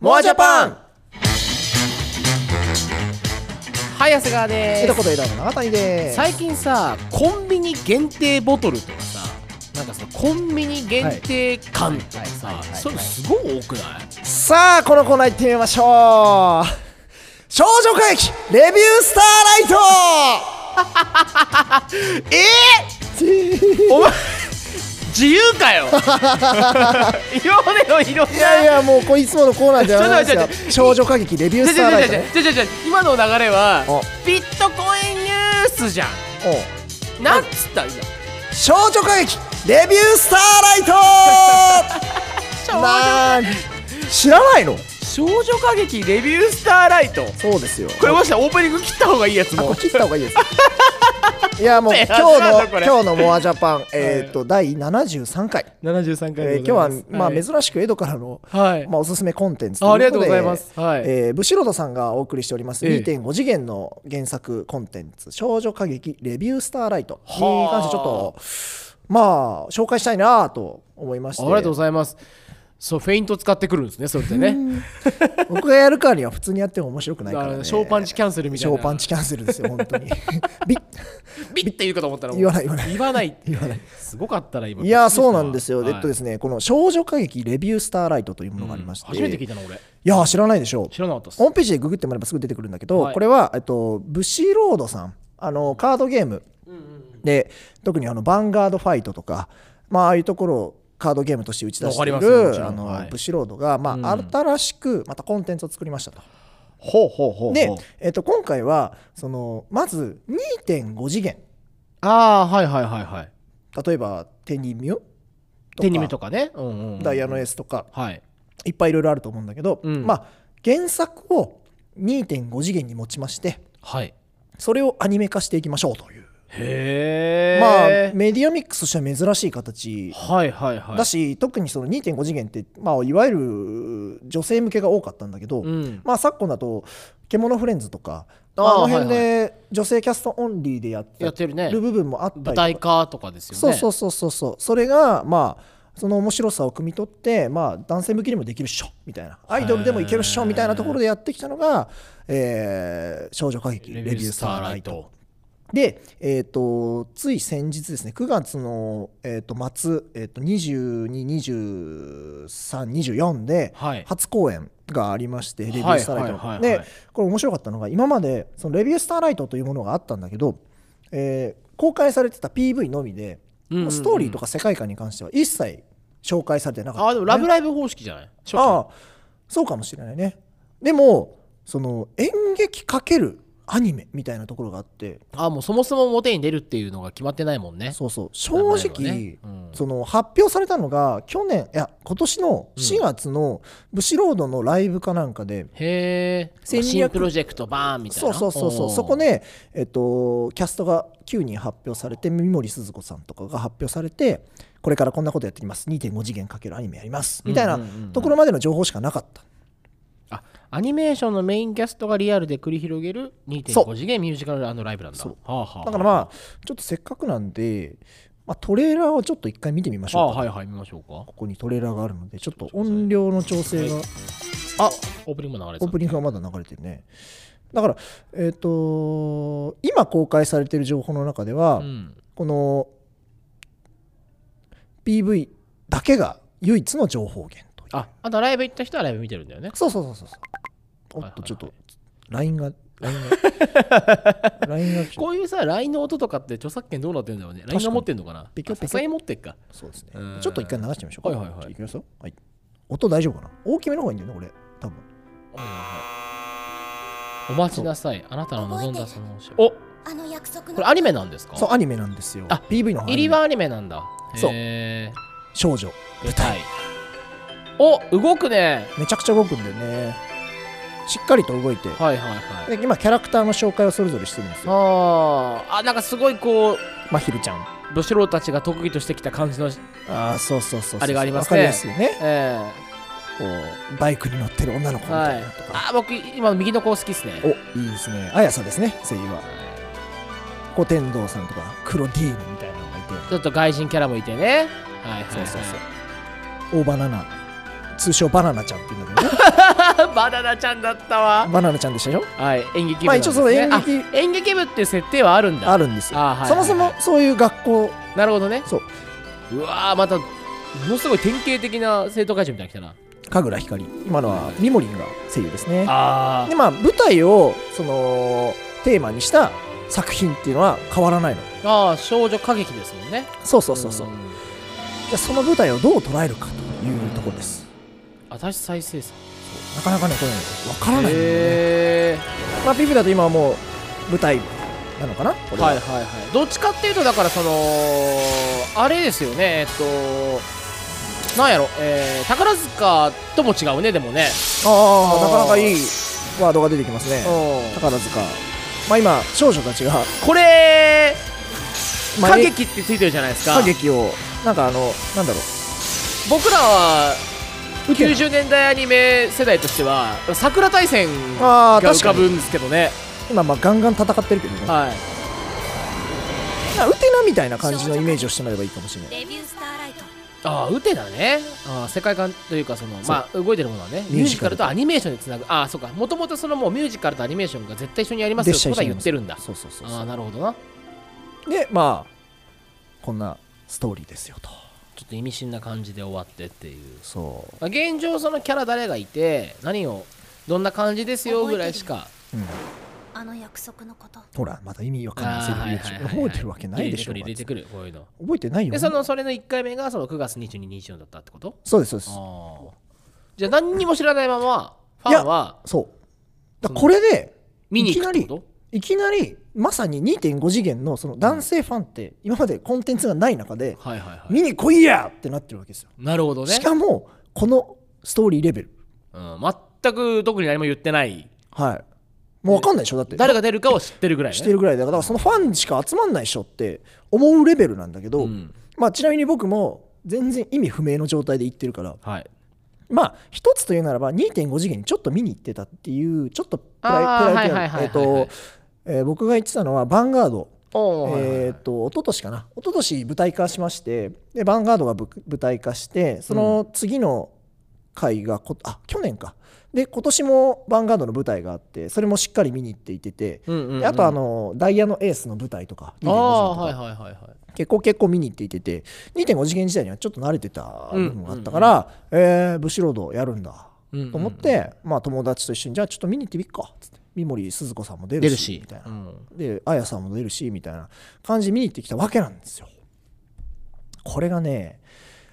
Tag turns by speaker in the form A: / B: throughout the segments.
A: モアジャパン
B: はい長谷川で
A: 江
B: す
A: 戸こと江戸の永谷です
B: 最近さコンビニ限定ボトルとかさなんかそのコンビニ限定缶とか
A: はい
B: さ
A: はいはいはい
B: そういうのすごい多くない
A: さあこのコーナー行ってみましょう少女歌劇レビュースタ
B: ええお前自由かよ今までのいろ
A: ーライ
B: ん
A: トいやい
B: な
A: やもうこれいつものコーナーじゃない ですよ
B: ちょっと待って
A: 少女歌劇レビュー
B: じゃ
A: ス
B: じ
A: ターラ
B: ゃ
A: イト
B: じゃ
A: ね
B: じゃじゃ今の流れは
A: お
B: ビットコインニュースじゃん
A: おう
B: なんつったんだ
A: 少女歌劇レビュースターライトなー知らないの
B: 少女歌劇レビュースターライト
A: そうですよ
B: これもしかしたらオープニング切った方がいいやつ
A: あこ
B: も
A: れ切った方がいい ですい やもう今日
B: なんだこ
A: の
B: れ
A: 今日のモアジャパンえっと第73回
B: 73
A: えー今日は、まあ、珍しく江戸からの、
B: はい
A: まあ、おすすめコンテンツ
B: あ
A: ということで
B: ありがとうございますはい
A: えーブシロドさんがお送りしております、
B: ええ
A: 2.5次元の原作コンテンツ「少女歌劇レビュースターライト」に
B: はあ
A: 関してちょっとまあ紹介したいなと思いまして
B: ありがとうございます。そう、フェイント使ってくるんですね、それってね。
A: 僕がやるからには普通にやっても面白くないから、
B: あ
A: ね、
B: ショーパンチキャンセルみたいな。
A: ショーパンチキャンセル ですよ本当にビッ
B: ビッて言うかと思ったら、
A: 言わない言わない
B: 言わない。言わない。すごかったら今。。
A: いやそうなんですよ、えっとですすねこの「少女歌劇レビュースターライト」というものがありまして、
B: 初めて聞いたの、俺。
A: いや知らないでしょう
B: 知らなかったっす
A: ホー。ムページでググってもらえばすぐ出てくるんだけど、
B: はい
A: これは、えっと、ブシロードさんあのカードゲームで、特にあのヴァンガードファイトとか、まあああいうところをカードゲームとして打ち出してい
B: わかります
A: る
B: よもちろん
A: あの、
B: はい
A: ブシロードが、まあ新しくまたコンテンツを作りましたと。
B: ほうほうほ
A: で、えっと、今回はそのまず2.5次元
B: ああ、はいはいはいはい。
A: 例えばテニミュと
B: 手に目
A: か
B: とかね。うんうんうん。
A: ダイヤのエースとか
B: はい。
A: いっぱいいろいろあると思うんだけど、
B: うん
A: まあ原作を2.5次元に持ちまして
B: はい。
A: それをアニメ化していきましょうという。
B: へえ。
A: まあメディアミックスとしては珍しい形
B: はいはいはい。
A: だし、特にその2.5次元って、まあ、いわゆる女性向けが多かったんだけど、
B: うん。
A: まあ、昨今だと「獣フレンズ」とか
B: あ
A: あ
B: ー
A: の辺
B: は
A: で女性キャストオンリーでやって
B: やってるね
A: 部分もあったりと
B: 舞
A: か
B: 台化とかですよね。。
A: そうそううそうそうそうそれがまあその面白さを汲み取って、まあ、男性向けにもできるっしょみたいなアイドルでもいけるっしょみたいなところでやってきたのが「えー少女歌劇レ
B: レ
A: ビ
B: ビ
A: ュ
B: ュ
A: ー
B: ー
A: ス
B: ス
A: タ
B: タ
A: ー
B: ー
A: ラ
B: ラ
A: イ
B: イ
A: ト
B: ト」
A: で、えー、とつい先日ですね9月の、えー、と末、えー、と22、23、24で
B: はい
A: 初公演がありまして、レビュ
B: は
A: ー
B: い
A: スターライトの、
B: はいはいはい
A: でこれ面白かったのが今までそのレビュースターライトというものがあったんだけど、えー公開されてた PV のみで、
B: うんうんうん
A: ストーリーとか世界観に関しては一切紹介されてなかった
B: ああ、でもラブライブ方式じゃない初期
A: ああそうかもしれないねでもその演劇×アニメみたいなところがあって
B: あもうそもそも表に出るっていうのが決まってないもんね。
A: そうそう正
B: 名前
A: 直、
B: はねうん
A: その発表されたのが去年いや今年の4月のブシロードのライブかなんかで、
B: へえ
A: 戦略
B: 新プロジェクトバーンみたい
A: そう
B: な
A: そうそうそうそこで、えっと、キャストが9人発表されて三森すず子さんとかが発表されてこれからこんなことやってきます2.5次元かけるアニメやりますみたいな
B: うんうんうんうん
A: ところまでの情報しかなかった、
B: あアニメーションのメインキャストがリアルで繰り広げる
A: そ
B: 2.5次元ミュージカルライブなんだ
A: そう
B: はあはあ
A: だからまあちょっとせっかくなんで、まあ、トレーラーをちょっと一回見てみまし
B: あ
A: ょうか、
B: はいはい見ましょうか
A: ここにトレーラーがあるのでちょっと音量の調整があ
B: オープニングも流れて
A: オープニングがまだ流れてるねだからえっ、と今公開されてる情報の中では、
B: うん、
A: この PV だけが唯一の情報源という
B: ああとライブ行った人はライブ見てるんだよね
A: そうそうそうそうそうお
B: はいはい
A: っと
B: はい
A: ちょっと LINE が LINE が LINE がちょっと
B: こういうさ LINE の音とかって著作権どうなってるんだろうね LINE が持ってんのかな
A: ピキョピキョ
B: さすがに持ってっか
A: そうですね
B: うん
A: ちょっと一回流してみましょうか
B: はいはいはい
A: じゃあきますよはい音大丈夫かな大きめの方がいいんだよね俺多分
B: お待ちなさいあなたの望んだそのおこ
C: あの約束の
B: れアニメなんですか
A: そうアニメなんですよ
B: あ
A: PV の方
B: 入りはアニメなんだ
A: そう
B: へえ
A: 少女
B: 舞台お動くね
A: めちゃくちゃ動くんだよねしっかりと動いて
B: はいはいはい
A: で今キャラクターの紹介をそれぞれしてるんですよ
B: あーあなんかすごいこう
A: まひるちゃん
B: ブシローたちが特技としてきた感じの、
A: ああそうそうそうそう
B: あれがあります
A: わか
B: ね
A: りやすいね
B: え
A: こうバイクに乗ってる女の子
B: え
A: み
B: は
A: た
B: い
A: いなとか、
B: あー僕今の右の子好きっすね
A: おいいですね綾さですね声優は古天堂さんとか黒 D のみたいなのがいて
B: ちょっと外人キャラもいてねはいはい、はい、
A: そうそうそう大バナナ通称バナナちゃんっていうんだけどね
B: あバナナちゃんだったわ
A: バナナちゃんでしたでしょ
B: はい演劇部
A: まあ
B: なん
A: 一
B: で
A: 応
B: す
A: その
B: ね
A: 演
B: あ
A: 劇
B: 演劇部っていう設定はあるんだ
A: あるんですよ、
B: あはいはい
A: そもそもそういう学校
B: なるほどね
A: そう
B: うわーまたものすごい典型的な生徒会長みたいなの来
A: 神楽光今のはリモリンが声優です
B: た
A: ね
B: なあ
A: でまあ舞台をそのテーマにした作品っていうのは変わらないの
B: ああ少女歌劇ですもんね
A: そうそうそうそう、
B: ん
A: じゃあその舞台をどう捉えるかというところです
B: 私再生産
A: なかなかねこれ分からない、
B: へえ
A: まあ、ピピだと今はもう舞台なのかなこれは
B: はいはいはいどっちかっていうとだからそのあれですよねえっとなんやろ、えー、宝塚とも違うねでもね
A: ああ
B: あー
A: なかなかいいワードが出てきますね
B: うん
A: 宝塚まあ今少女たちが、
B: これ
A: まあ
B: 歌劇ってついてるじゃないですか
A: 歌劇をなんかあのなんだろ
B: 僕らは
A: う受け
B: 90年代アニメ世代としては桜大戦が
A: ああ確
B: 浮
A: か
B: かぶ
A: に
B: んですけどね
A: 今まあガンガン戦ってるけどね
B: はい
A: なんかウテナみたいな感じのイメージをしてもらえばいいかもしれない
C: レビュースターライト
B: ああウテナねああ世界観というかそのまあ動いてるものはね
A: ミュ
B: ミュー
A: ー
B: ジ
A: ジ
B: カ
A: カ
B: ル
A: ル
B: とアニメーションにつなぐああそうかもともとそのもうミュージカルとアニメーションが絶対一緒にやりますよってことは言ってるんだ
A: そうそうそう
B: あ
A: そ
B: あ
A: う
B: なるほどな
A: でまあこんなストーリーですよと
B: ちょっと意味深な感じで終わってっていう
A: そ
B: まあ現状そのキャラ誰がいて何をどんな感じですよぐらいしか
A: う、うん、
C: あの約束のこと
A: ほらまた意味わかんないセリフ
B: あ
A: 言う
B: ー
A: でし
B: は
A: ょ
B: いはいはいはい
A: 覚えてるわけないでしょ
B: 入れてくる入れてくるこういうの
A: 覚えてないよ
B: でそのそれの1回目がその9月22日のだったってこと
A: そうですそうです
B: ああじゃあ何にも知らないままファンは
A: そうだからこれで
B: 見に行くって
A: いきな
B: こ
A: りいきなりまさに2.5次元のその男性ファンって今までコンテンツがない中で
B: とはいはいはい
A: 見に来いやってなってるわけですよ
B: なるほどね
A: しかもこのストーリーレベル
B: うん、全く特に何も言ってない
A: はいもう分かんないでしょだって
B: 誰が出るかを知ってるぐらい、ね、
A: してるぐらいだからそのファンしか集まんないでしょって思うレベルなんだけど、
B: うん
A: まあちなみに僕も全然意味不明の状態で行ってるから
B: はい
A: まあ一つというならば2.5次元にちょっと見に行ってたっていうちょっとプ
B: あー
A: ライプライド
B: はいはいはいはい
A: えっとえー僕が言ってたのは「ヴァンガード」
B: お
A: えー、と一昨年かな一昨年舞台化しましてでヴァンガードがぶ舞台化してその次の回がこあ去年かで今年もヴァンガードの舞台があってそれもしっかり見に行っていてて、
B: うんうんうん
A: であとあのダイヤのエースの舞台とか
B: ああ
A: 2.5次元とか
B: はいはいはいはい
A: 結構結構見に行っていてて2.5次元時代にはちょっと慣れてた部分があったから、えーブシロードやるんだ
B: うんうんうん
A: と思って、まあ、友達と一緒にじゃあちょっと見に行ってみっかっつって三森すず子さんも出るし
B: 出るし
A: みたいな
B: う、ん
A: で、あやさんも出るし、みたいな感じで見に行ってきたわけなんですよ。これがね、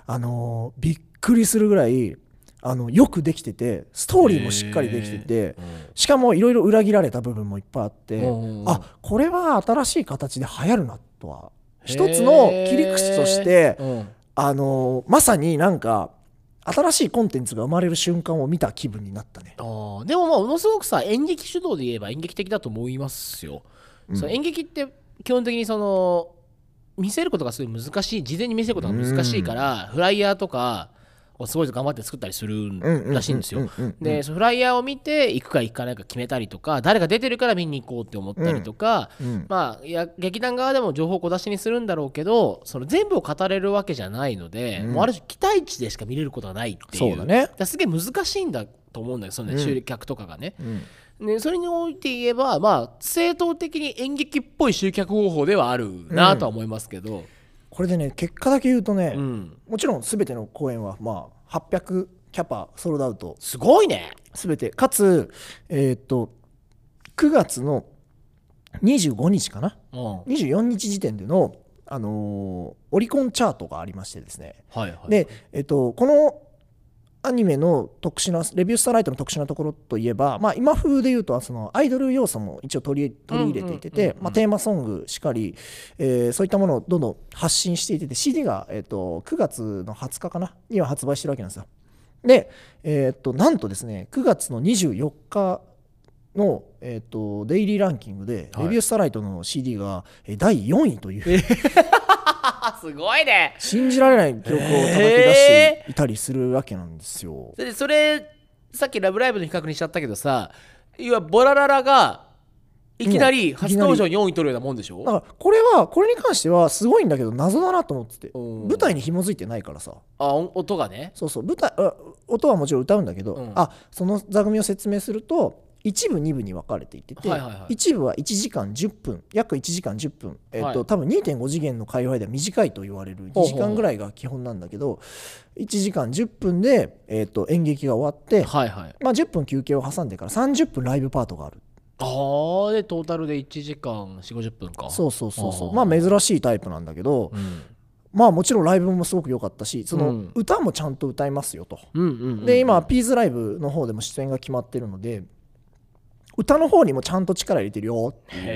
A: あのーびっくりするぐらい、あの、よくできてて、ストーリーもしっかりできてて、しかもいろいろ裏切られた部分もいっぱいあって
B: うんうんう、ん
A: あ、これは新しい形で流行るなとは、一つの切り口として、
B: うん
A: あのーまさになんか、新しいコンテンツが生まれる瞬間を見た気分になったね。
B: ああでもまあものすごくさ演劇主導で言えば演劇的だと思いますよ、
A: うん
B: その演劇って基本的にその見せることがすごい難しい事前に見せることが難しいから、フライヤーとかをすごい頑張って作ったりするんらしいんですよ、
A: うううんうん
B: でそのフライヤーを見て行くか行かないか決めたりとか誰が出てるから見に行こうって思ったりとか、
A: うん
B: まあ、いや劇団側でも情報を小出しにするんだろうけどその全部を語れるわけじゃないので、
A: うん
B: もうある種期待値でしか見れることがないってい
A: そ
B: う
A: うだね
B: からすげえ難しいんだと思うんだけどその、ね
A: うん
B: 集客とかがね。
A: うん
B: ね、それにおいて言えば、まあ、正当的に演劇っぽい集客方法ではあるなとは思いますけど、
A: これでね、結果だけ言うとね、
B: うん
A: もちろん全ての公演は、まあ、800キャパソールドアウト
B: すごいね
A: 全てかつ、えーっと9月の25日かな
B: うんは
A: 24日時点での、あのーオリコンチャートがありましてですね、
B: いはい
A: で、えーっとこのアニメの特殊なレビュースターライトの特殊なところといえば、まあ、今風で言うとそのアイドル要素も一応取り取り入れていて
B: うんうん
A: て
B: うんうん
A: まあテーマソングしかり、えーそういったものをどんどん発信していてて CD が、えー、と9月の20日かなには発売してるわけなんですよ。で、えー、となんとですね9月の24日の、えー、とデイリーランキングで
B: はい
A: レビュースターライトの CD がえー第4位という、
B: あすごいね
A: 信じられない記録を叩き出していたりするわけなんですよ。
B: それでそれさっき「ラブライブ!」の比較にしちゃったけどさいわゆるボラララがいきなり初登場に4位取るようなもんでしょ
A: だからこれはこれに関してはすごいんだけど謎だなと思ってて
B: うん
A: 舞台に紐づいてないからさ
B: あ音音がね
A: そうそう舞台あ音はもちろん歌うんだけど、
B: うん
A: あその座組を説明すると一部二部に分かれていてて、
B: はいはいはい
A: 一部は1時間10分約1時間10分、えっと
B: はい
A: 多分2.5次元の界隈では短いと言われる
B: ほ
A: 2
B: うほう
A: 時間ぐらいが基本なんだけど1時間10分で、えっと演劇が終わって、
B: はいはい
A: まあ、10分休憩を挟んでから30分ライブパートがある
B: ああでトータルで1時間4 5 0分か
A: そうそうそうそう
B: あ
A: ま
B: ー
A: あ珍しいタイプなんだけど、
B: うん、
A: まあもちろんライブもすごく良かったしそうの
B: ん
A: 歌もちゃんと歌いますよと。
B: うんうんうんうん
A: で今ピーズライブの方でも出演が決まってるので歌の方にもちゃんと力入れてるよ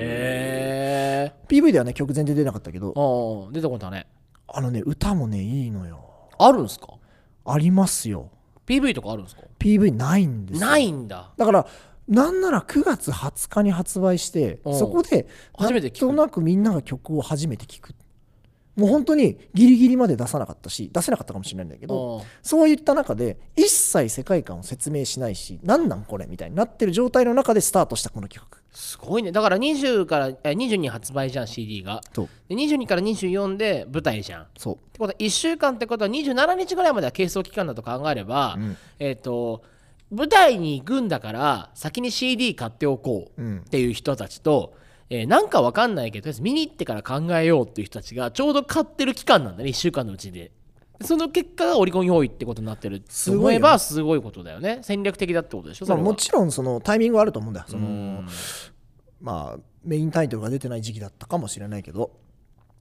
B: へえ
A: PV ではね曲全然出なかったけど
B: ああ出てこたね
A: あのね歌もねいいのよ
B: あるんすか
A: ありますよ
B: PV とかあるんすか
A: PV ないんですよ
B: ないんだ
A: だからなんなら9月20日に発売して
B: うん
A: そこで
B: 初めて聞く
A: なんとなくみんなが曲を初めて聞くもう本当にギリギリまで出さなかったし出せなかったかもしれないんだけど
B: あ
A: そういった中で一切世界観を説明しないし何なんこれみたいになってる状態の中でスタートしたこの企画
B: すごいねだから20からえ22発売じゃん CD が
A: そう
B: で22から24で舞台じゃんっ
A: そう
B: てことは1週間ってことは27日ぐらいまでは係争期間だと考えれば、
A: うん
B: えっ、と舞台に行くんだから先に CD 買っておこう
A: うん
B: っていう人たちと、えーなんかわかんないけどとりあえず見に行ってから考えようっていう人たちがちょうど買ってる期間なんだね1週間のうちでその結果がオリコン用意ってことになってる
A: す
B: と
A: ごいよね
B: 思えばすごいことだよね戦略的だってことでしょそ
A: まあ、
B: れは
A: もちろんそのタイミングはあると思うんだよその、
B: うん
A: まあ、メインタイトルが出てない時期だったかもしれないけど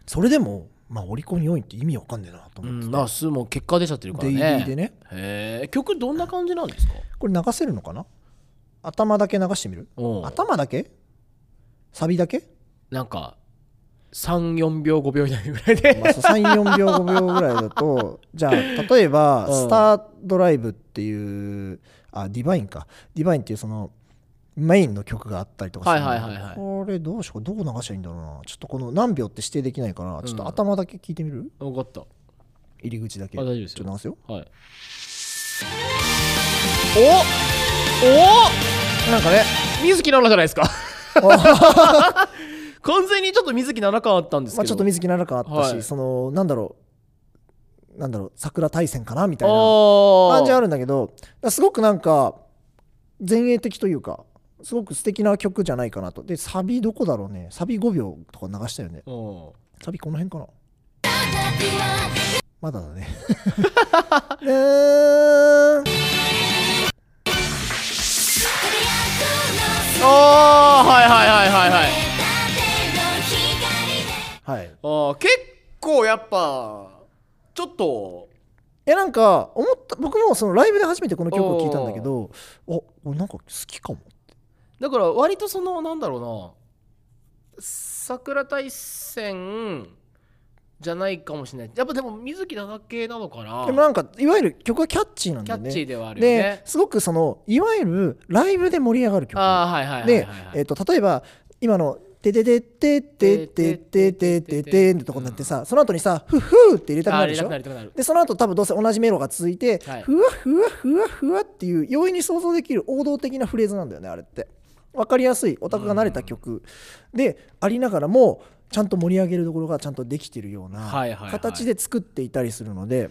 A: それでも、まあ、オリコン4位って意味わかんねえなと
B: う
A: 思って
B: ん、
A: て、
B: まあすもう結果出ちゃってるからね。
A: デイリーでね
B: へえ曲どんな感じなんですか
A: これ流せるのかな頭だけ流してみる
B: うん
A: 頭だけサビだけ、
B: なんか34秒5秒以内ぐらいで、
A: まあ、34秒5秒ぐらいだと じゃあ例えば「
B: うん
A: スタードライブ」っていうあディバインかディバインっていうそのメインの曲があったりとかするんだけど
B: はいはいはいはい
A: これどうしようどう流しゃいいんだろうなちょっとこの何秒って指定できないからちょっと
B: うん
A: 頭だけ聞いてみる、
B: 分かった
A: 入り口だけ
B: あ大丈夫ですよ
A: ちょっと流すよ
B: はい
A: なんかね
B: 水木奈々じゃないですか 完全にちょっと水木奈々感あったんですけど、
A: まあ、ちょっと水木奈々感あったし、
B: はい
A: そのなんだろうなんだろう桜大戦かなみたいな感じあ
B: あ
A: るんだけどだからすごくなんか前衛的というかすごく素敵な曲じゃないかなとでサビどこだろうねサビ5秒とか流したよね
B: あー
A: サビこの辺かなまだだ ねうーん
B: あーはいはいはいはいはい
A: はい
B: あー結構やっぱちょっと
A: いやなんか思った僕もそのライブで初めてこの曲を聴いたんだけどお俺なんか好きかも
B: だから割とそのなんだろうな桜大戦じゃないかもしれないやっぱでも水木奈々系なのかな
A: でもなんかいわゆる曲はキャッチーなん
B: キ
A: だよ
B: ャッ
A: ね
B: チーではあるよね
A: ですごくそのいわゆるライブで盛り上がる曲
B: ああはいはいはいはい
A: で
B: はい、
A: えっと例えば今の「てててててててててて」ってとこになってさその後にさ「ふふ」って入れたく
B: あ
A: な
B: あ
A: る
B: れ
A: で
B: な
A: し
B: く
A: ょ
B: なるなくなる
A: でその後多分どうせ同じメロが続いて、
B: はい
A: ふわふわふわふわっていう容易に想像できる王道的なフレーズなんだよねあれって分かりやすいオタクが慣れた曲でありながらもちゃんと盛り上げるところがちゃんとできてるよう
B: はいはい
A: な
B: はい
A: 形で作っていたりするので、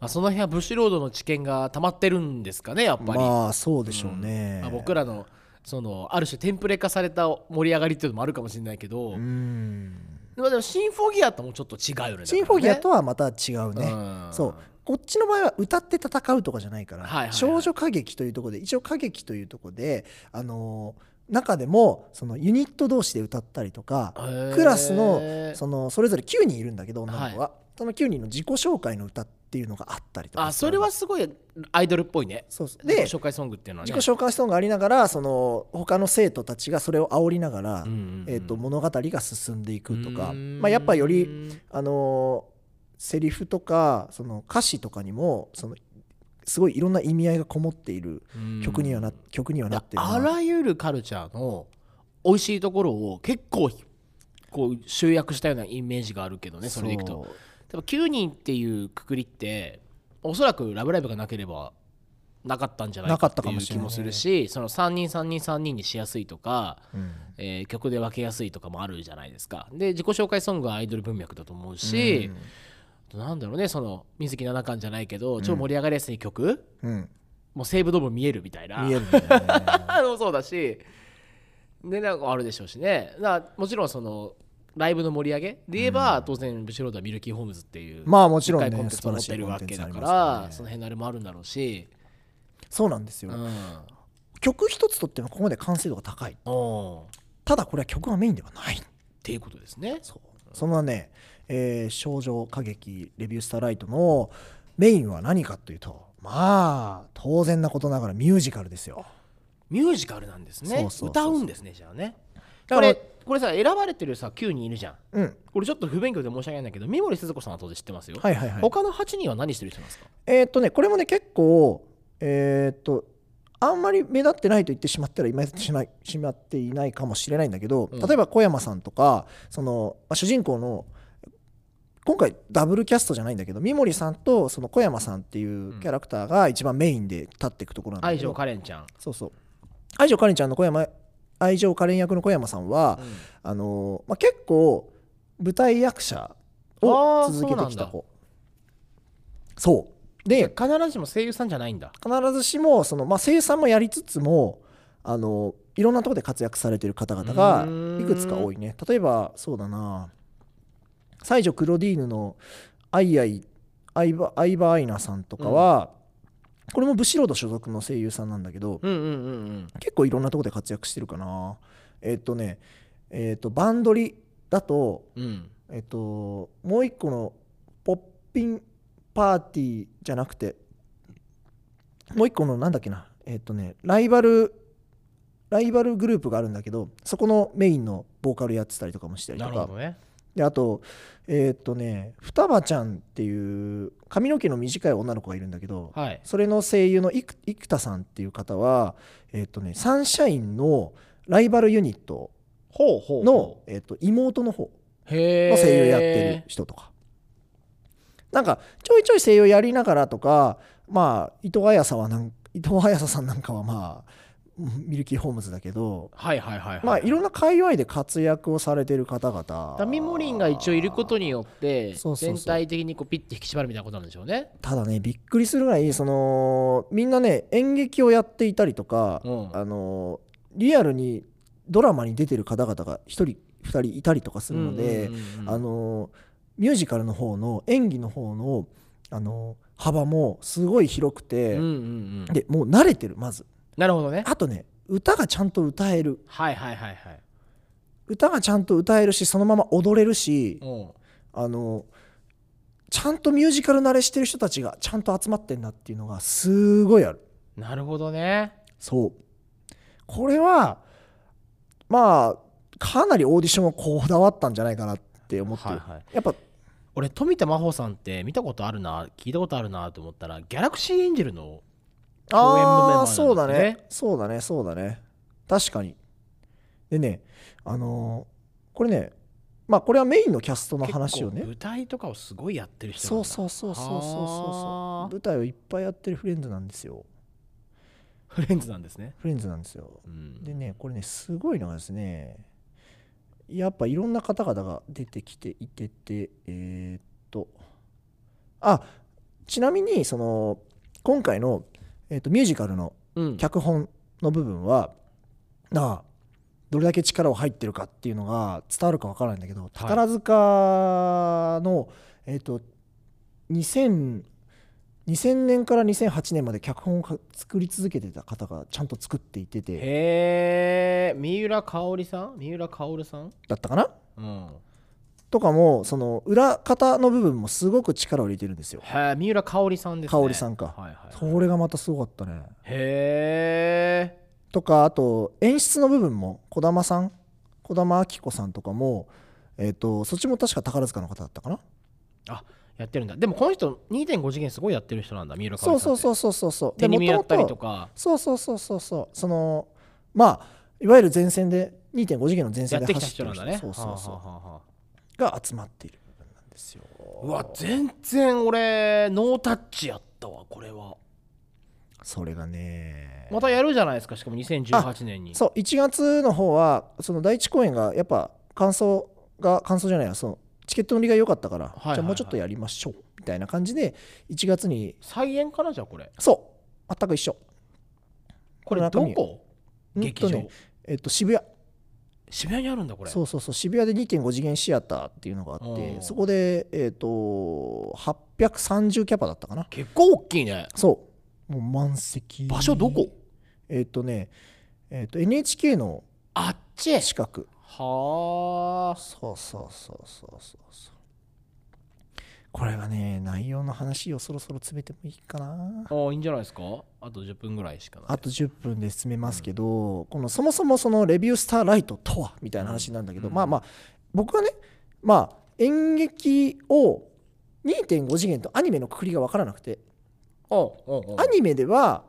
B: まあ、その辺はブシロードの知見が溜まってるんですかねやっぱり、ま
A: まあそうでしょうね、
B: あ、僕らのそのある種テンプレ化された盛り上がりっていうのもあるかもしれないけど、
A: うん
B: まあ、でもシンフォギアともちょっと違うよね
A: シンフォギアとはまた違うね、
B: うん
A: そうこっちの場合は歌って戦うとかじゃないから、
B: はいはいはい
A: 少女歌劇というところで一応歌劇というところで、あのー中でもそのユニット同士で歌ったりとかクラスのそのそれぞれ9人いるんだけど女の子は、その9人の自己紹介の歌っていうのがあったりとか
B: あそれはすごいアイドルっぽいね
A: そうそう
B: で
A: で
B: 紹介ソングっていうのはね
A: 自己紹介ソングがありながらその他の生徒たちがそれを煽りながら、
B: うんうんうん
A: えー、と物語が進んでいくとか、
B: うん
A: まあ、やっぱよりあのーセリフとかその歌詞とかにもそのすごいいろんな意味合いがこもっている曲にはな,、曲にはなってるな
B: あらゆるカルチャーの美味しいところを結構こう集約したようなイメージがあるけどねそれでいくと
A: そう
B: 多分9人っていうくくりっておそらく「ラブライブ!」がなければなかったんじゃないかっていう気もするしその3人3人3人にしやすいとか、えー曲で分けやすいとかもあるじゃないですかで自己紹介ソングはアイドル文脈だと思うし、あとなんだろうねその水木奈々んじゃないけど超盛り上がりやすい曲、
A: うん、
B: もう西武ドーム見えるみたいな
A: 見えるんだよね
B: もそうだしでなんかあるでしょうしねだからもちろんそのライブの盛り上げで言えば、当然ブシロードはミルキーホームズっていう
A: まあもちろんね
B: でっかいコンテンツを持ってるわけだ
A: 素晴らしいコンテンツあり
B: から
A: ますからね
B: その辺のあれもあるんだろうし、
A: そうなんですよ、
B: うん、
A: 曲一つとってもここまで完成度が高い
B: おーった
A: だこれは曲はメインではない
B: ていうことですね
A: そうそんなね、えー少女歌劇レビュースターライトのメインは何かというとまあ当然なことながらミュージカルですよ
B: ミュージカルなんですね
A: そうそうそうそう
B: 歌うんですねじゃあね
A: だか
B: こ
A: ら
B: れこれさ選ばれてるさ9人いるじゃん
A: うん
B: これちょっと不勉強で申し訳ないんだけど三森すず子さんは当然知ってますよ、
A: はいはいはい
B: 他の8人は何してる人なんですか
A: えーっとねこれもね結構えーっとあんまり目立ってないと言ってしまったら今やってしまいしまっていないかもしれないんだけど、
B: うん
A: 例えば小山さんとかそのまあ主人公の今回ダブルキャストじゃないんだけど三森さんとその小山さんっていうキャラクターが一番メインで立っていくところなんだけ
B: 愛
A: ど、
B: 情カレンちゃん、
A: そうそう愛情かれんちゃんの小山愛情かれん役の小山さんは、
B: うん
A: あのーまあ、結構舞台役者を続けてきた子そうで
B: 必ずしも声優さんじゃないんだ
A: 必ずしもその、まあ、生産もやりつつもあのいろんなところで活躍されてる方々が
B: うーん
A: いくつか多いね例えばそうだな西条クロディーヌのアイアイアイバアイバアイナさんとかは、これもブシロード所属の声優さんなんだけど、
B: うんうんうんうん
A: 結構いろんなところで活躍してるかなえっ、とねえっ、とバンドリだと
B: うん
A: えっ、ともう一個のポッピンパーティーじゃなくてもう一個のなんだっけなえっ、とねライバルライバルグループがあるんだけどそこのメインのボーカルやってたりとかもしたりと
B: なる
A: か
B: ほどね
A: であとえっ、とね双葉ちゃんっていう髪の毛の短い女の子がいるんだけど、
B: はい
A: それの声優の生生田さんっていう方は、えっとね、サンシャインのライバルユニット
B: ほうほ
A: の、えっと妹の方
B: へ
A: の
B: ー
A: 声優やってる人とか、なんかちょいちょい声優やりながらとか、まあ、伊藤彩さんはなん伊藤彩さんなんかはまあ うんミルキーホームズだけど、
B: はいはいはいはい
A: まあ、いろんな界隈で活躍をされてる方々
B: ダミモリンが一応いることによって
A: そうそうそう
B: 全体的にこうピッて引き締まるみたいなことなんでしょうね
A: ただねびっくりするぐらいそのみんなね演劇をやっていたりとか、
B: うん
A: あのリアルにドラマに出てる方々が1人2人いたりとかするので、
B: うんうんうんうん
A: あのミュージカルの方の演技の方のあの幅もすごい広くて、
B: うんうんうん
A: でもう慣れてるまず
B: なるほどね
A: あとね歌がちゃんと歌える
B: はいはいはいはい
A: 歌がちゃんと歌えるしそのまま踊れるし、
B: うん
A: あのちゃんとミュージカル慣れしてる人たちがちゃんと集まってんなっていうのがすごいある
B: なるほどね
A: そうこれはまあかなりオーディションをこだわったんじゃないかなって思ってる、
B: はいはい
A: やっぱ
B: 俺富田真帆さんって見たことあるな聞いたことあるなと思ったらギャラクシーエンジェルの共演のメン
A: あ
B: バーなん
A: あー
B: ですね
A: そうだねそうだねそうだね確かにでねあのーこれねまあこれはメインのキャストの話を
B: 結
A: ね
B: 構舞台とかをすごいやってる人
A: そう
B: う
A: そうそうそうそう
B: は
A: そ
B: ー
A: う舞台をいっぱいやってるフレンズなんですよ
B: フレンズなんですね
A: フレンズなんですよ
B: うん
A: でねこれねすごいのがですねやっぱいろんな方々が出てきていててえーっとあちなみにその今回の、えーっとミュージカルの
B: うん
A: 脚本の部分は、なあどれだけ力を入ってるかっていうのが伝わるかわからないんだけど、宝塚の、えっと 2000, 2000年から2008年まで脚本をか作り続けてた方がちゃんと作っていてて
B: へえ三浦香織さん三浦薫さん
A: だったかな
B: うん
A: とかもその裏方の部分もすごく力を入れてるんですよ。
B: へえ三浦香織さんですね
A: 香織さんか
B: はいはい
A: それがまたすごかったね。
B: へえ
A: とかあと演出の部分も児玉さん児玉明子さんとかも、えっとそっちも確か宝塚の方だったかな
B: やってるんだでもこの人2.5次元すごいやってる人なんだ三浦香
A: そ
B: 織
A: う
B: さん
A: そう
B: って
A: そうそうそうそう
B: 手に見やったり
A: 元
B: と
A: 々
B: か
A: そうそうそうそうそうそのまあいわゆる前線で2.5次元の前
B: や
A: 線
B: っ
A: で
B: てきた
A: 走って
B: 人
A: る
B: なんだね
A: そうそうそう、
B: はあはあはあはあ
A: が集まっている部分なんですよ
B: うわ全然俺ノータッチやったわこれは
A: それがね
B: またやるじゃないですかしかも2018年に
A: そう1月の方はその第一公演がやっぱ感想が感想じゃないやそのチケット売りが良かったから、
B: いはいはい
A: じゃあもうちょっとやりましょうみたいな感じで1月に
B: 再演かなじゃあこれ
A: そう全く一緒
B: これ
A: 中
B: ど
A: 身
B: こ劇
A: うんと
B: 場
A: ねえっと渋谷
B: 渋谷にあるんだこれ
A: そうそうそう渋谷で2.5次元シアターっていうのがあっ
B: う
A: て
B: ん
A: そこでえっと830キャパだったかな
B: 結構大きいね
A: そうもう満席
B: 場所どこ
A: えっとねえっと NHK の
B: あっち
A: 近く
B: はあ
A: そうそうそうそうそうそうこれがね内容の話をそろそろ詰めてもいいかな
B: あいいんじゃないですかあと10分ぐらいしかない
A: あと10分で進めますけど、このそもそもそのレビュースターライトとはみたいな話なんだけど、
B: うん
A: まあまあ僕はねまあ演劇を2.5次元とアニメのくくりが分からなくて、
B: おうおうおう
A: アニメでは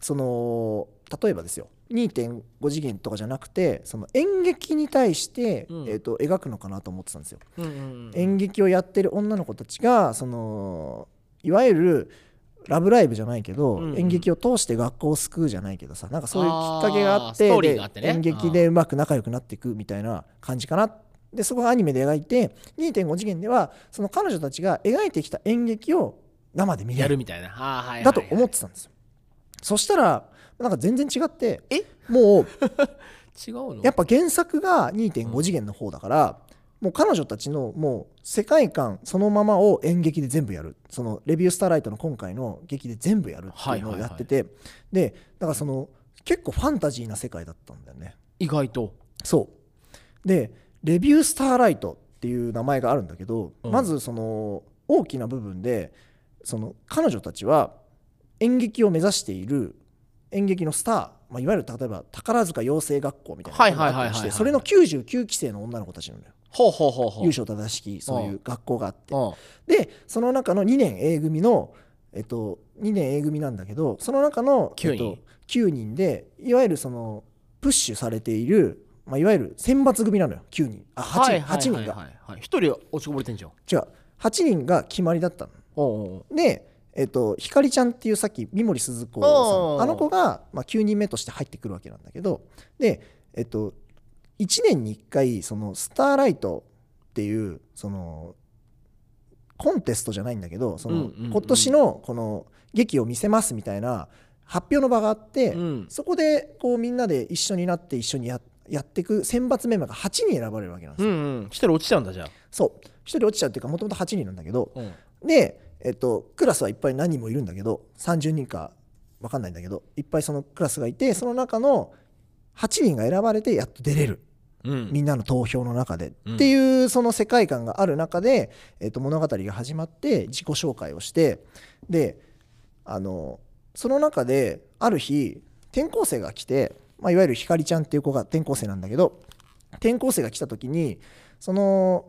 A: その例えばですよ2.5次元とかじゃなくてその演劇に対して、
B: うん
A: えー、と描くのかなと思ってたんですよ。
B: うんうんうん
A: 演劇をやってる女の子たちがそのいわゆる「ラブライブ!」じゃないけど、
B: うんうん
A: 演劇を通して学校を救うじゃないけどさなんかそういうきっかけがあっ
B: あース
A: て
B: トーリーがあってね
A: で演劇でうまく仲良くなっていくみたいな感じかなでそこがアニメで描いて2.5次元ではその彼女たちが描いてきた演劇を生で見れ
B: や
A: る
B: るみたいなあーはいはいはい
A: だと思ってたんですよ。そしたらなんか全然違ってもう
B: 違うの
A: やっぱ原作が2.5次元の方だから、もう彼女たちのもう世界観そのままを演劇で全部やるそのレビュースターライトの今回の劇で全部やるっていうのをやってて、でだからその結構ファンタジーな世界だったんだよね
B: 意外と
A: そうでレビュースターライトっていう名前があるんだけど、
B: うん
A: まずその大きな部分でその彼女たちは演劇を目指している演劇のスター、まあ、いわゆる例えば宝塚養成学校みたいな
B: はい
A: のが
B: はいはいはい
A: あったりしてそれの99期生の女の子たちなのよ
B: ほうほうほうほう
A: 優勝正しきそういう学校があって
B: うん
A: でその中の2年 A 組の、えっと、2年 A 組なんだけどその中の
B: 9人
A: えっと、9人でいわゆるそのプッシュされている、まあ、いわゆる選抜組なのよ9人あ8人,、
B: はいは
A: 8
B: い
A: 人
B: は
A: が
B: いはいはい一人落ちこぼれてんじゃん
A: 違う8人が決まりだったの。
B: おうおう
A: でえっと、ひかりちゃんっていうさっき三森すず子
B: おうお
A: さ
B: う
A: あ
B: ん
A: の子が、まあ、9人目として入ってくるわけなんだけどで、えっと、1年に1回そのスターライトっていうそのコンテストじゃないんだけどそ
B: うん
A: の
B: うんうん
A: 今年のこの劇を見せますみたいな発表の場があって、
B: うん
A: そこでこうみんなで一緒になって一緒にややっていく選抜メンバーが8人選ばれるわけなんです
B: うん
A: よ。
B: うん一人落ちちゃうんだじゃあ
A: そう1人落ちちゃうっていうかもともと8人なんだけど、
B: うん
A: で、えっと、クラスはいっぱい何人もいるんだけど30人か分かんないんだけどいっぱいそのクラスがいてその中の8人が選ばれてやっと出れる
B: うん
A: みんなの投票の中で、
B: うん
A: っていうその世界観がある中で、えっと、物語が始まって自己紹介をしてであのその中である日転校生が来て、まあ、いわゆるひかりちゃんっていう子が転校生なんだけど転校生が来た時にその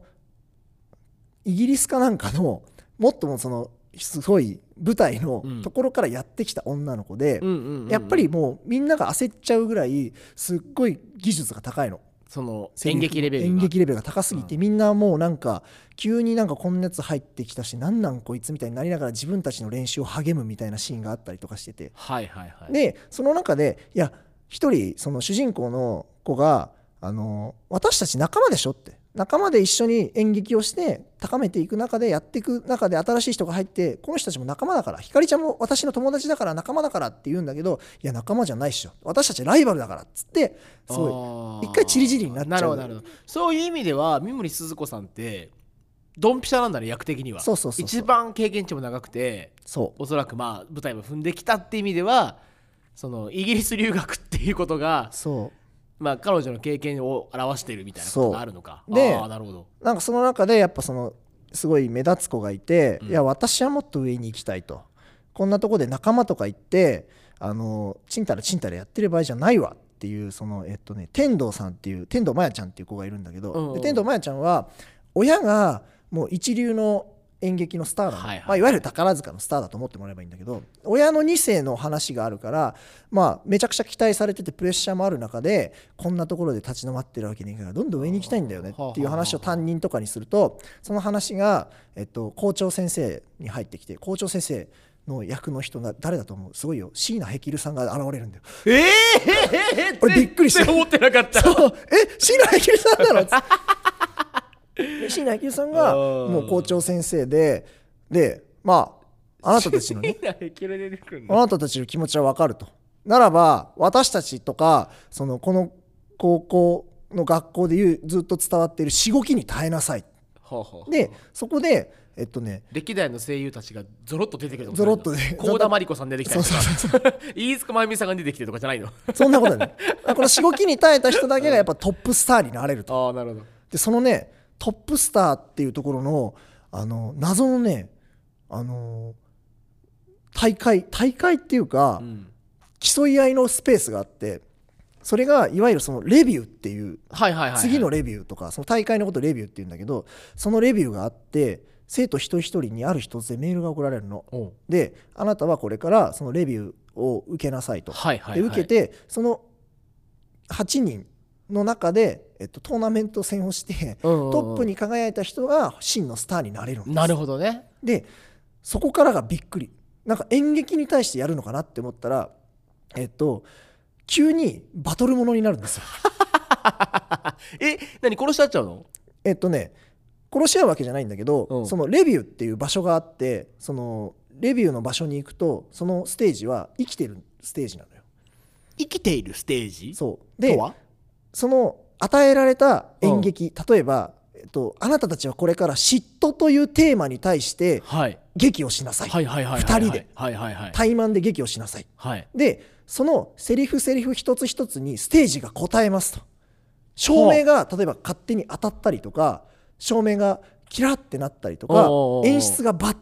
A: イギリスかなんかのもっともそのすごい舞台のところからやってきた女の子で、
B: うんうんうんうん
A: やっぱりもうみんなが焦っちゃうぐらいすっごい技術が高いの。
B: その
A: セリ
B: 演
A: フ
B: 劇レベルが
A: 演劇レベルが高すぎて、みんなもうなんか急になんかこんなやつ入ってきたしなんなんこいつみたいになりながら自分たちの練習を励むみたいなシーンがあったりとかしてて、
B: はいはいはい
A: でその中でいや一人その主人公の子があの私たち仲間でしょって仲間で一緒に演劇をして高めていく中でやっていく中で新しい人が入ってこの人たちも仲間だからひかりちゃんも私の友達だから仲間だからって言うんだけどいや仲間じゃないっしょ私たちライバルだからっつってすごい
B: ご
A: 一回チリジリになっちゃう
B: なるほどなるほどそういう意味では三森すず子さんってドンピシャなんだね役的には
A: そうそうそうそう
B: 一番経験値も長くて
A: そう
B: おそらくまあ舞台も踏んできたって意味ではそのイギリス留学っていうことが、
A: そう
B: まあ、彼女の経験を表してるみたいなことがあるのか
A: そうで
B: ああなるほど
A: なんかその中でやっぱそのすごい目立つ子がいて、
B: うん
A: いや私はもっと上に行きたいとこんなとこで仲間とか行ってあのちんたらちんたらやってる場合じゃないわっていうそのえっとね天童さんっていう天童まやちゃんっていう子がいるんだけど、
B: うんうん
A: で天童まやちゃんは親がもう一流の演劇のスターなの、
B: はいはいはい
A: まあ、いわゆる宝塚のスターだと思ってもらえばいいんだけど親の2世の話があるから、まあ、めちゃくちゃ期待されててプレッシャーもある中でこんなところで立ち止まってるわけにいかないどんどん上に行きたいんだよねっていう話を担任とかにするとその話が、えっと、校長先生に入ってきて校長先生の役の人が誰だと思うすごいよ椎名ヘキルさんが現れるんだよ
B: えええ
A: 俺びっくりした
B: 全然思ってなかった
A: そうえ椎名ヘキルさんだろっつってで椎名ヘキルさんが
B: あー
A: もう校長先生ででまああなたたちのね
B: みんなヘキルで出てくる
A: あ
B: の
A: なたたちの気持ちはわかると。ならば私たちとかそのこの高校の学校でいうずっと伝わっているしごきに耐えなさい。
B: ほうほうほう
A: でそこでえっとね
B: 歴代の声優たちがゾロッと出てくる
A: ゾロッとね
B: 高田真理子さん出てきたりとか
A: そう
B: 飯塚真由美さんが出てきてとかじゃないの
A: そんなことはない。このしごきに耐えた人だけがやっぱトップスターになれると。
B: ああなるほど
A: でそのねトップスターっていうところのあの謎のねあの大会大会っていうか、
B: うん
A: 競い合いのスペースがあってそれがいわゆるそのレビューっていう
B: はいはいはいはい
A: 次のレビューとかその大会のことレビューって言うんだけどそのレビューがあって生徒一人一人にある日突然メールが送られるの。
B: おう
A: であなたはこれからそのレビューを受けなさいと。
B: はいはいはい
A: で受けてその8人の中で、えっと、トーナメント戦をして
B: うんうんうん
A: トップに輝いた人が真のスターになれるんです。
B: なるほどね
A: でそこからがびっくりなんか演劇に対してやるのかなって思ったらえっと急にバトルものになるんですよ。
B: え何殺しちゃっちゃうの
A: えっとね殺し合うわけじゃないんだけど、
B: うん
A: そのレビューっていう場所があってそのレビューの場所に行くとそのステージは生きてるステージなのよ。
B: 生きているステージ
A: そう
B: と
A: で
B: は
A: その与えられた演劇、例えば、えっと、あなたたちはこれから嫉妬というテーマに対して
B: はい
A: 劇をしなさい、
B: はいはいはいはい
A: 二人で
B: はいはいはい
A: 対マンで劇をしなさい
B: はい
A: でそのセリフセリフ一つ一つにステージが答えますと照明が例えば勝手に当たったりとか照明がキラってなったりとか
B: おうおうおう
A: 演出がバッ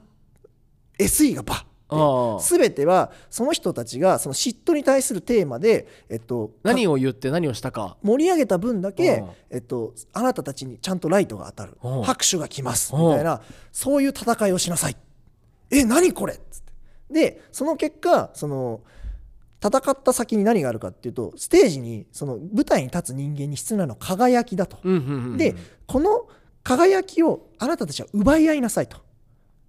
A: SE がバッ
B: ああ
A: 全てはその人たちがその嫉妬に対するテーマで、えっと、
B: 何を言って何をしたか
A: 盛り上げた分だ
B: う
A: け
B: ん、
A: えっと、あなたたちにちゃんとライトが当たる
B: うん
A: 拍手が来ます
B: うん
A: みたいなそういう戦いをしなさいえ何これっつってでその結果その戦った先に何があるかっていうとステージにその舞台に立つ人間に必要なのは輝きだと、
B: うんうんうんうん
A: でこの輝きをあなたたちは奪い合いなさいと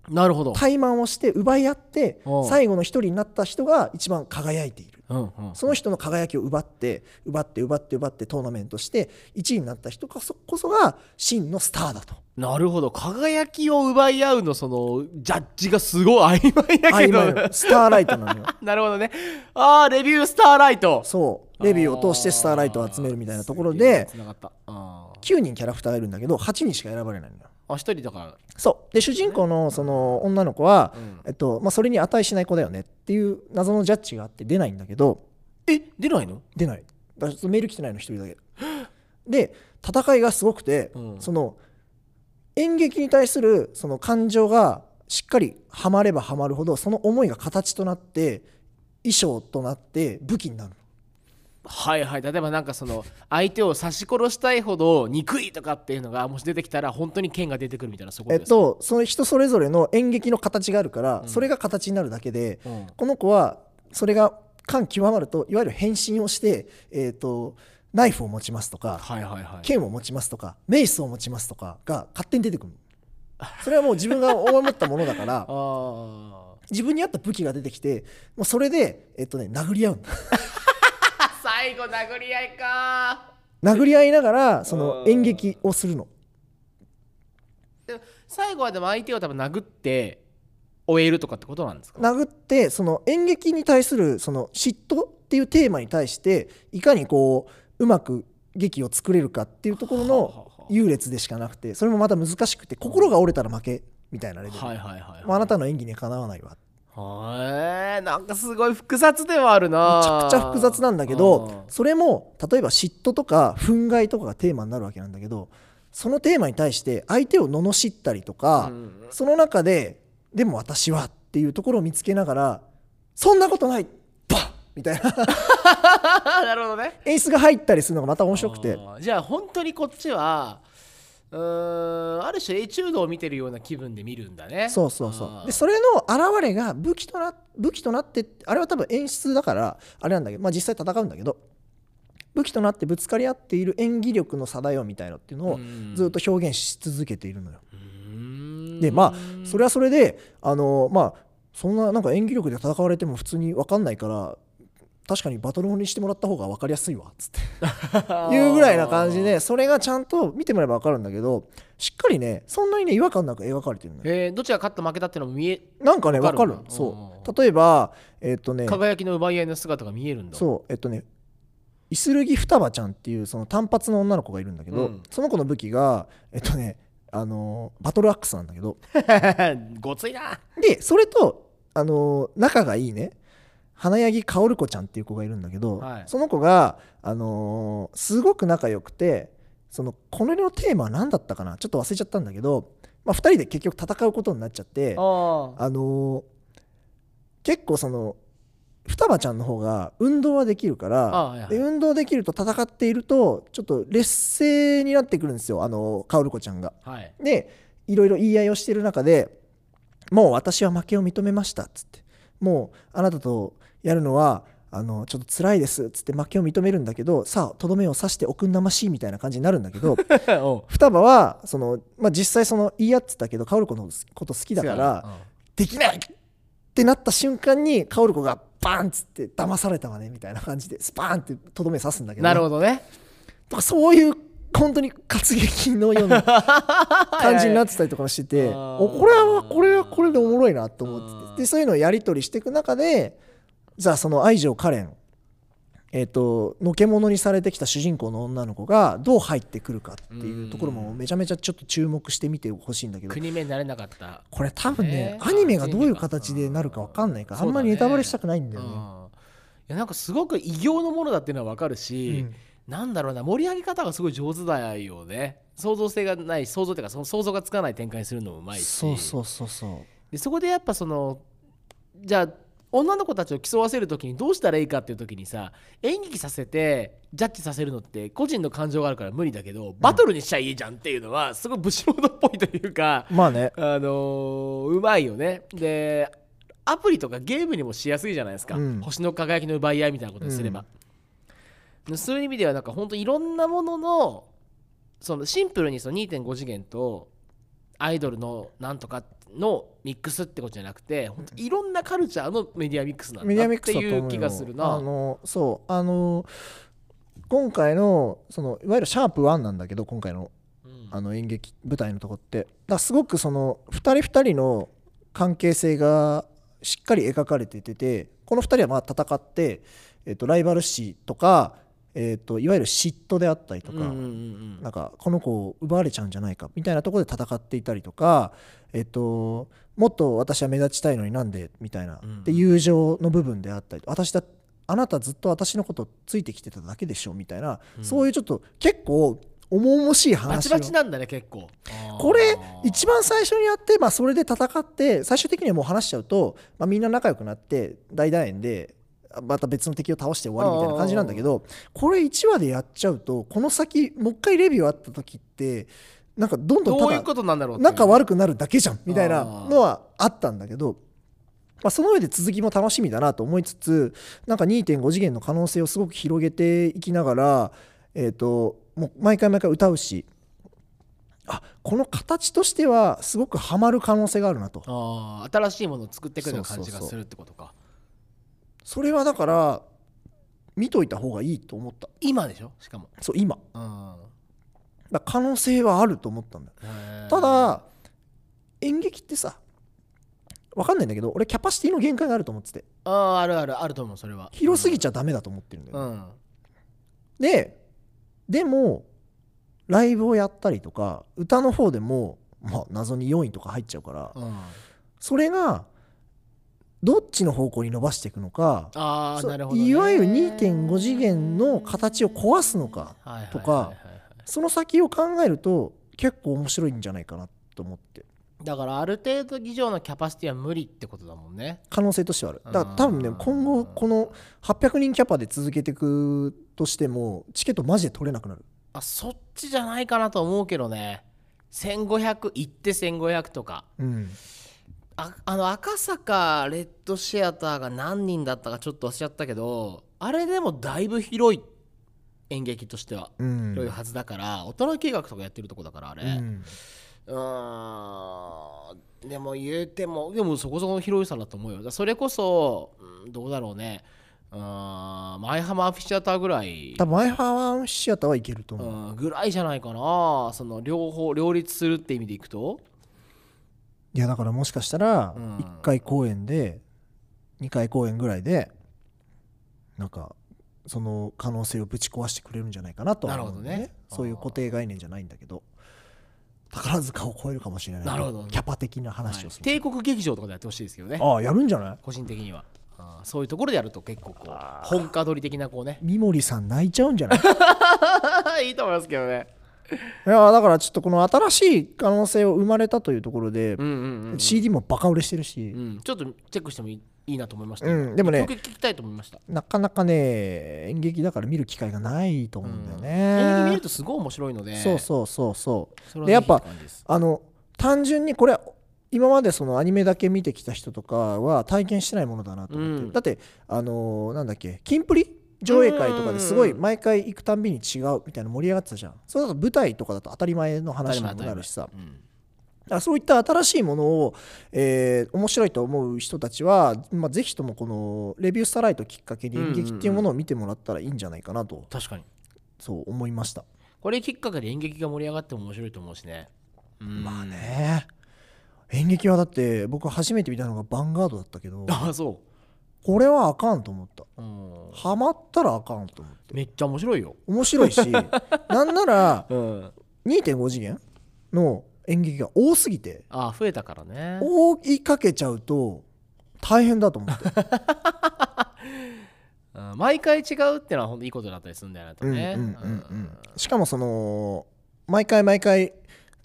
B: なるほど
A: 怠慢をして奪い合って
B: うん
A: 最後の一人になった人が一番輝いている
B: うんうん
A: その人の輝きを奪って奪って奪って奪ってトーナメントして1位になった人こそこそが真のスターだと
B: なるほど輝きを奪い合うのそのジャッジがすごい曖昧だけ
A: 曖
B: ど
A: 昧なスターライトなのよ
B: なるほどねああレビュースターライト
A: そうレビューを通してスターライトを集めるみたいなところ
B: すげえ
A: で
B: 繋がったあー
A: 9人キャラクターがいるんだけど8人しか選ばれないのよ
B: あ一人だから
A: そうで主人公のその女の子は、
B: うん
A: えっとまあ、それに値しない子だよねっていう謎のジャッジがあって出ないんだけど
B: え出ないの
A: 出ないだからそのメール来てないの1人だけで戦いがすごくて、
B: うん
A: その演劇に対するその感情がしっかりはまればはまるほどその思いが形となって衣装となって武器になる
B: はいはい例えばなんかその相手を刺し殺したいほど憎いとかっていうのがもし出てきたら本当に剣が出てくるみたいなそういう
A: え
B: こ
A: っ
B: と
A: と
B: ですか
A: その人それぞれの演劇の形があるから、それが形になるだけで、
B: うん
A: この子はそれが感極まるといわゆる変身をして、えっとナイフを持ちますとか、
B: はいはいはい
A: 剣を持ちますとかメイスを持ちますとかが勝手に出てくるそれはもう自分が思ったものだから
B: あ
A: 自分に合った武器が出てきてもうそれで、えっとね、殴り合うんだ
B: あ最後殴り合いか
A: 殴り合いながらそ
B: あ
A: の
B: ー
A: 演劇をするの
B: でも最後はでも相手を多分殴って終えるとかってことなんですか
A: 殴ってその演劇に対するその嫉妬っていうテーマに対していかにこううまく劇を作れるかっていうところ
B: はあは
A: の
B: あはあ
A: 優劣でしかなくてそれもまた難しくて心が折れたら負けみたいなレベル、
B: はいはいはい、
A: もうあなたの演技にはかなわないわ
B: はい、なんかすごい複雑ではある
A: めち
B: な
A: ゃくちゃ複雑なんだけどそれも例えば嫉妬とか憤慨とかがテーマになるわけなんだけどそのテーマに対して相手を罵ったりと
B: あー
A: か、
B: うん
A: その中で「でも私は」っていうところを見つけながら「そんなことない!」バッみたいな
B: なるほどね
A: 演出が入ったりするのがまた面白くて
B: あーじゃあ本当にこっちはうーんある種エチュードを見てるような気分で見るんだね
A: そうそうそ
B: あ
A: う
B: ー
A: でそれの現れが武器とな武器となってあれは多分演出だからあれなんだけど、まあ、実際戦うんだけど武器となってぶつかり合っている演技力の差だよみたいなっていうのを
B: うん
A: ずっと表現し続けているのよ。
B: うーん
A: でまあそれはそれであのまあそんななんか演技力で戦われても普通に分かんないから確かにバトルモンにしてもらった方が分かりやすいわっつ っていうぐらいな感じでそれがちゃんと見てもらえば分かるんだけどしっかりねそんなにね違和感なく描かれてるのよ
B: えーどっちが勝った負けたってのも見え
A: なんかね
B: わ
A: 分か
B: かる
A: る
B: んだ
A: そう例えばえっとね
B: 輝きの奪い合いの姿が見えるんだう
A: そうえっとねイスルギ双葉ちゃんっていうその単発の女の子がいるんだけど、
B: うん
A: その子の武器がえっとねあのバトルアックスなんだけど
B: ごついな
A: でそれとあの仲がいいね花柳薫子ちゃんっていう子がいるんだけど、
B: はい
A: その子があのーすごく仲良くてそのこの世のテーマは何だったかなちょっと忘れちゃったんだけど、まあ、2人で結局戦うことになっちゃって
B: あ
A: あ
B: ー
A: のー結構その双葉ちゃんの方が運動はできるから
B: あはいはい
A: で運動できると戦っているとちょっと劣勢になってくるんですよあの薫子ちゃんが。
B: はい
A: でいろいろ言い合いをしてる中でもう私は負けを認めましたっつってもうあなたとやるのはあのちょっと辛いですっつって負けを認めるんだけどさあとどめを刺しておくんなましいみたいな感じになるんだけ ど
B: おう
A: 双葉はその、まあ、実際その言い合ってたけど薫子のこと好きだからできないってなった瞬間に薫子がバーンっつって騙されたわねみたいな感じでスパーンってとどめ刺すんだ
B: う
A: け
B: ん
A: ど
B: なるほどね
A: とかそういう本当に活劇のような感じになってたりとかもしてて
B: あー
A: おこれはこれはこれでおもろいなと思って
B: うん
A: てでそういうのをやり取りしていく中でじゃあその愛情カレンえっとのけ者にされてきた主人公の女の子がどう入ってくるかっていうところもめちゃめちゃちょっと注目してみてほしいんだけど
B: 国目になれなかった
A: これ多分ね
B: ね
A: アニメがどういう形でなるか分かんないからあんまりネタバレしたくないんだよ
B: うん
A: ね。
B: いやなんかすごく異形のものだっていうのは分かるし、なんだろうな盛り上げ方がすごい上手だよね想像性がない想像っていうかその想像がつかない展開にするのもう
A: う
B: ま
A: ん
B: いし
A: そうそうそうそう
B: でそこでやっぱそのじゃあ女の子たちを競わせる時にどうしたらいいかっていう時にさ演劇させてジャッジさせるのって個人の感情があるから無理だけどバトルにしちゃいいじゃんっていうのはすごい武士道っぽいというか、
A: まあね
B: あのーうまいよねでアプリとかゲームにもしやすいじゃないですか、
A: うん
B: 星の輝きの奪い合いみたいなことにすれば、でそういう意味ではなんか本当いろんなもののそのシンプルにその2.5次元とアイドルのなんとかのミックスってことじゃなくて本当いろんなカルチャーのメディアミックスなん
A: メデ
B: だ
A: ィアミ
B: っ
A: ック
B: て
A: スだと
B: い
A: 思う
B: う
A: よ
B: 気がする
A: あ
B: な。
A: のそうあの今回のそのいわゆるシャープ1なんだけど今回の
B: うん
A: あの演劇舞台のとこってだからすごくその2人2人の関係性がしっかり描かれてててこの2人はまあ戦って、えっとライバル視とか、えっといわゆる嫉妬であったりとか、
B: うんうんうん
A: なんかこの子を奪われちゃうんじゃないかみたいなところで戦っていたりとか、えっと、もっと私は目立ちたいのになんでみたいな、
B: うん
A: で友情の部分であったり私だあなたずっと私のことついてきてただけでしょみたいな、
B: うん
A: そういうちょっと結構重々しい
B: バチ
A: 話を
B: バチなんだね結構。
A: これ
B: あー
A: 一番最初にやって、まあ、それで戦って最終的にはもう話しちゃうと、まあ、みんな仲良くなって大団円であまた別の敵を倒して終わりみたいな感じなんだけどこれ1話でやっちゃうとこの先もう一回レビューあった時ってなんかどんどん
B: どうい
A: た
B: う
A: だ
B: ことなんだろうっていう
A: 仲悪くなるだけじゃんみたいなのはあったんだけど、まあ、その上で続きも楽しみだなと思いつつなんか2.5次元の可能性をすごく広げていきながら、えー、ともう毎回毎回歌うしあこの形としてはすごくハマる可能性があるなと
B: あー新しいものを作ってくるような感じ
A: そうそ
B: が
A: うそう
B: するってことか
A: それはだから見といた方がいいと思った
B: 今でしょしかも、
A: そう今
B: うん、
A: だから可能性はあると思ったんだよ
B: へー
A: ただ演劇ってさわかんないんだけど俺キャパシティの限界があると思ってて
B: あーあるあるあると思うそれは
A: 広すぎち
B: ゃ
A: ゃダメだと思ってるんだよ
B: う
A: ね、
B: ん、
A: ででもライブをやったりとか歌の方でも、まあ、謎に4位とか入っちゃうから
B: うんあ
A: それがどっちの方向に伸ばしていくのか
B: あー
A: そう
B: なるほどね、
A: いわゆる2.5次元の形を壊すのか
B: はいはいはいはい
A: とかその先を考えると結構面白いんじゃないかなと思って
B: だからある程度以上のキャパシティは無理ってことだもんね
A: 可能性としてはあるだから多分ね
B: うん
A: 今後この800人キャパで続けていくとしてもチケットマジで取れなくなる
B: あそっちじゃないかなと思うけどね1500行って1500とか
A: うん
B: ああの赤坂レッドシアターが何人だったかちょっと忘れちゃったけどあれでもだいぶ広い演劇としては
A: うん
B: 広いはずだから大人計画とかやってるとこだからあれ、
A: うん
B: うーんでも言うてもでもそこそこの広いさだと思うよだからそれこそ、うんどうだろうねうーん前浜アフィシアターぐらい
A: 多分マイハワンシアターはいけると思う、
B: うん、ぐらいじゃないかなその両方両立するって意味でいくと
A: いやだからもしかしたら
B: うん
A: 1回公演で2回公演ぐらいでなんかその可能性をぶち壊してくれるんじゃないかなとは思うんだよ
B: なるほどね
A: そういう固定概念じゃないんだけど宝塚を超えるかもしれない
B: なるほど
A: キャパ的な話をする、
B: 帝国劇場とかでやってほしいですけどね
A: ああやるんじゃない
B: 個人的にはうんそういうところでやると結構こう本家取り的なこうね
A: 三森さん泣いちゃうんじゃないい
B: いいと思いますけどね
A: やだからちょっとこの新しい可能性を生まれたというところで
B: うんうんうん、
A: CD もバカ売れしてるし
B: うん、ちょっとチェックしてもいいいいなと思いました、
A: うんでもね
B: 曲聞きたいと思いました
A: なかなかね演劇だから見る機会がないと思うんだよ
B: 演劇見る
A: ね
B: とすごい面白いので
A: そうそうそうそう
B: それは
A: で
B: ぜひ
A: やっぱ
B: て感じです
A: あの単純にこれ今までそのアニメだけ見てきた人とかは体験してないものだなと思ってる、
B: うん
A: だってあのーなんだっけキンプリ上映会とかですご
B: うん
A: い
B: うん
A: 毎回行くたんびに違うみたいな盛り上がってたじゃんそれだと舞台とかだと当たり前の話にもなるしさ
B: 当たり前当たり前うん
A: だからそういった新しいものを、えー面白いと思う人たちは、まあ、ぜひともこのレビュースターライトをきっかけに演劇っていうものを見てもらったらいいんじゃないかなと、
B: 確かに
A: そう思いました、
B: これきっかけで演劇が盛り上がっても面白いと思うしね、うん
A: まあね演劇はだって僕初めて見たのがヴァンガードだったけど
B: ああそ
A: これはあかんと思った
B: う、うん、
A: ハマったらあかんと思って
B: めっちゃ面白いよ、
A: 面白 いしなんなら
B: うん、
A: 2.5次元の演劇が多すぎて
B: ああ増えたからね
A: 追いかけちゃうと大変だと思って
B: うん毎回違うってのは本当いいことだったりするんだよなと
A: うんうん
B: ね
A: うんうんしかもその毎回毎回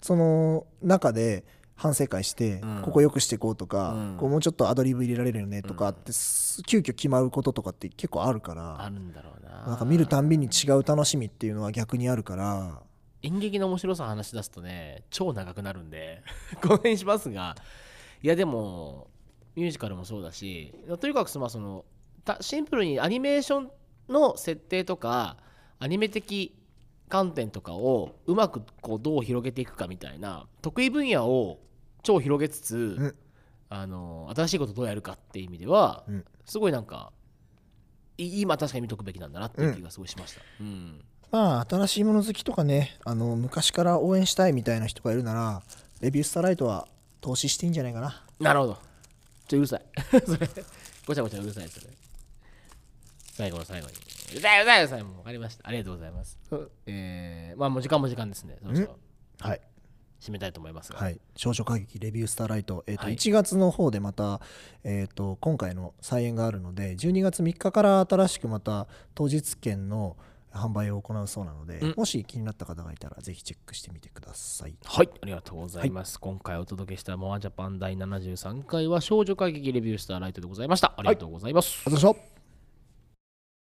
A: その中で反省会して、
B: うん
A: ここよくしていこうとか、
B: うん
A: こうもうちょっとアドリブ入れられるよねとかって、す急遽決まることとかって結構あるから
B: あるんだろうな
A: なんか見るたんびに違う楽しみっていうのは逆にあるから
B: 演劇の面白さを話し出すとね超長くなるんで ごめんしますがいやでもミュージカルもそうだしとにかくまあそのたシンプルにアニメーションの設定とかアニメ的観点とかをうまくこうどう広げていくかみたいな得意分野を超広げつつ、
A: ん
B: あの新しいことどうやるかっていう意味では、
A: うん
B: すごいなんかい今確かに見とくべきなんだなっていう気がすごいしました。うん
A: まあ新しいもの好きとかねあの昔から応援したいみたいな人がいるならレビュースターライトは投資していいんじゃないかな
B: なるほど。ちょ、うるさい。 それ、ごちゃごちゃうるさい、それ。最後の最後に。うるさい、うるさい、うるさい。もう分かりました。ありがとうございます。えー、まあもう時間も時間ですね。そろそろ
A: はい
B: 締めたいと思いますが。
A: はい、少女歌劇レビュースターライト、えーと
B: はい
A: 1月の方でまた、えー、と今回の再演があるので12月3日から新しくまた当日券の販売を行うそうなので、
B: うん
A: もし気になった方がいたらぜひチェックしてみてください。
B: はい、ありがとうございます。今回お届けしたモアジャパン第73回は少女歌劇レビュースターライトでございました。ありがとうございます。
A: ありがとうございました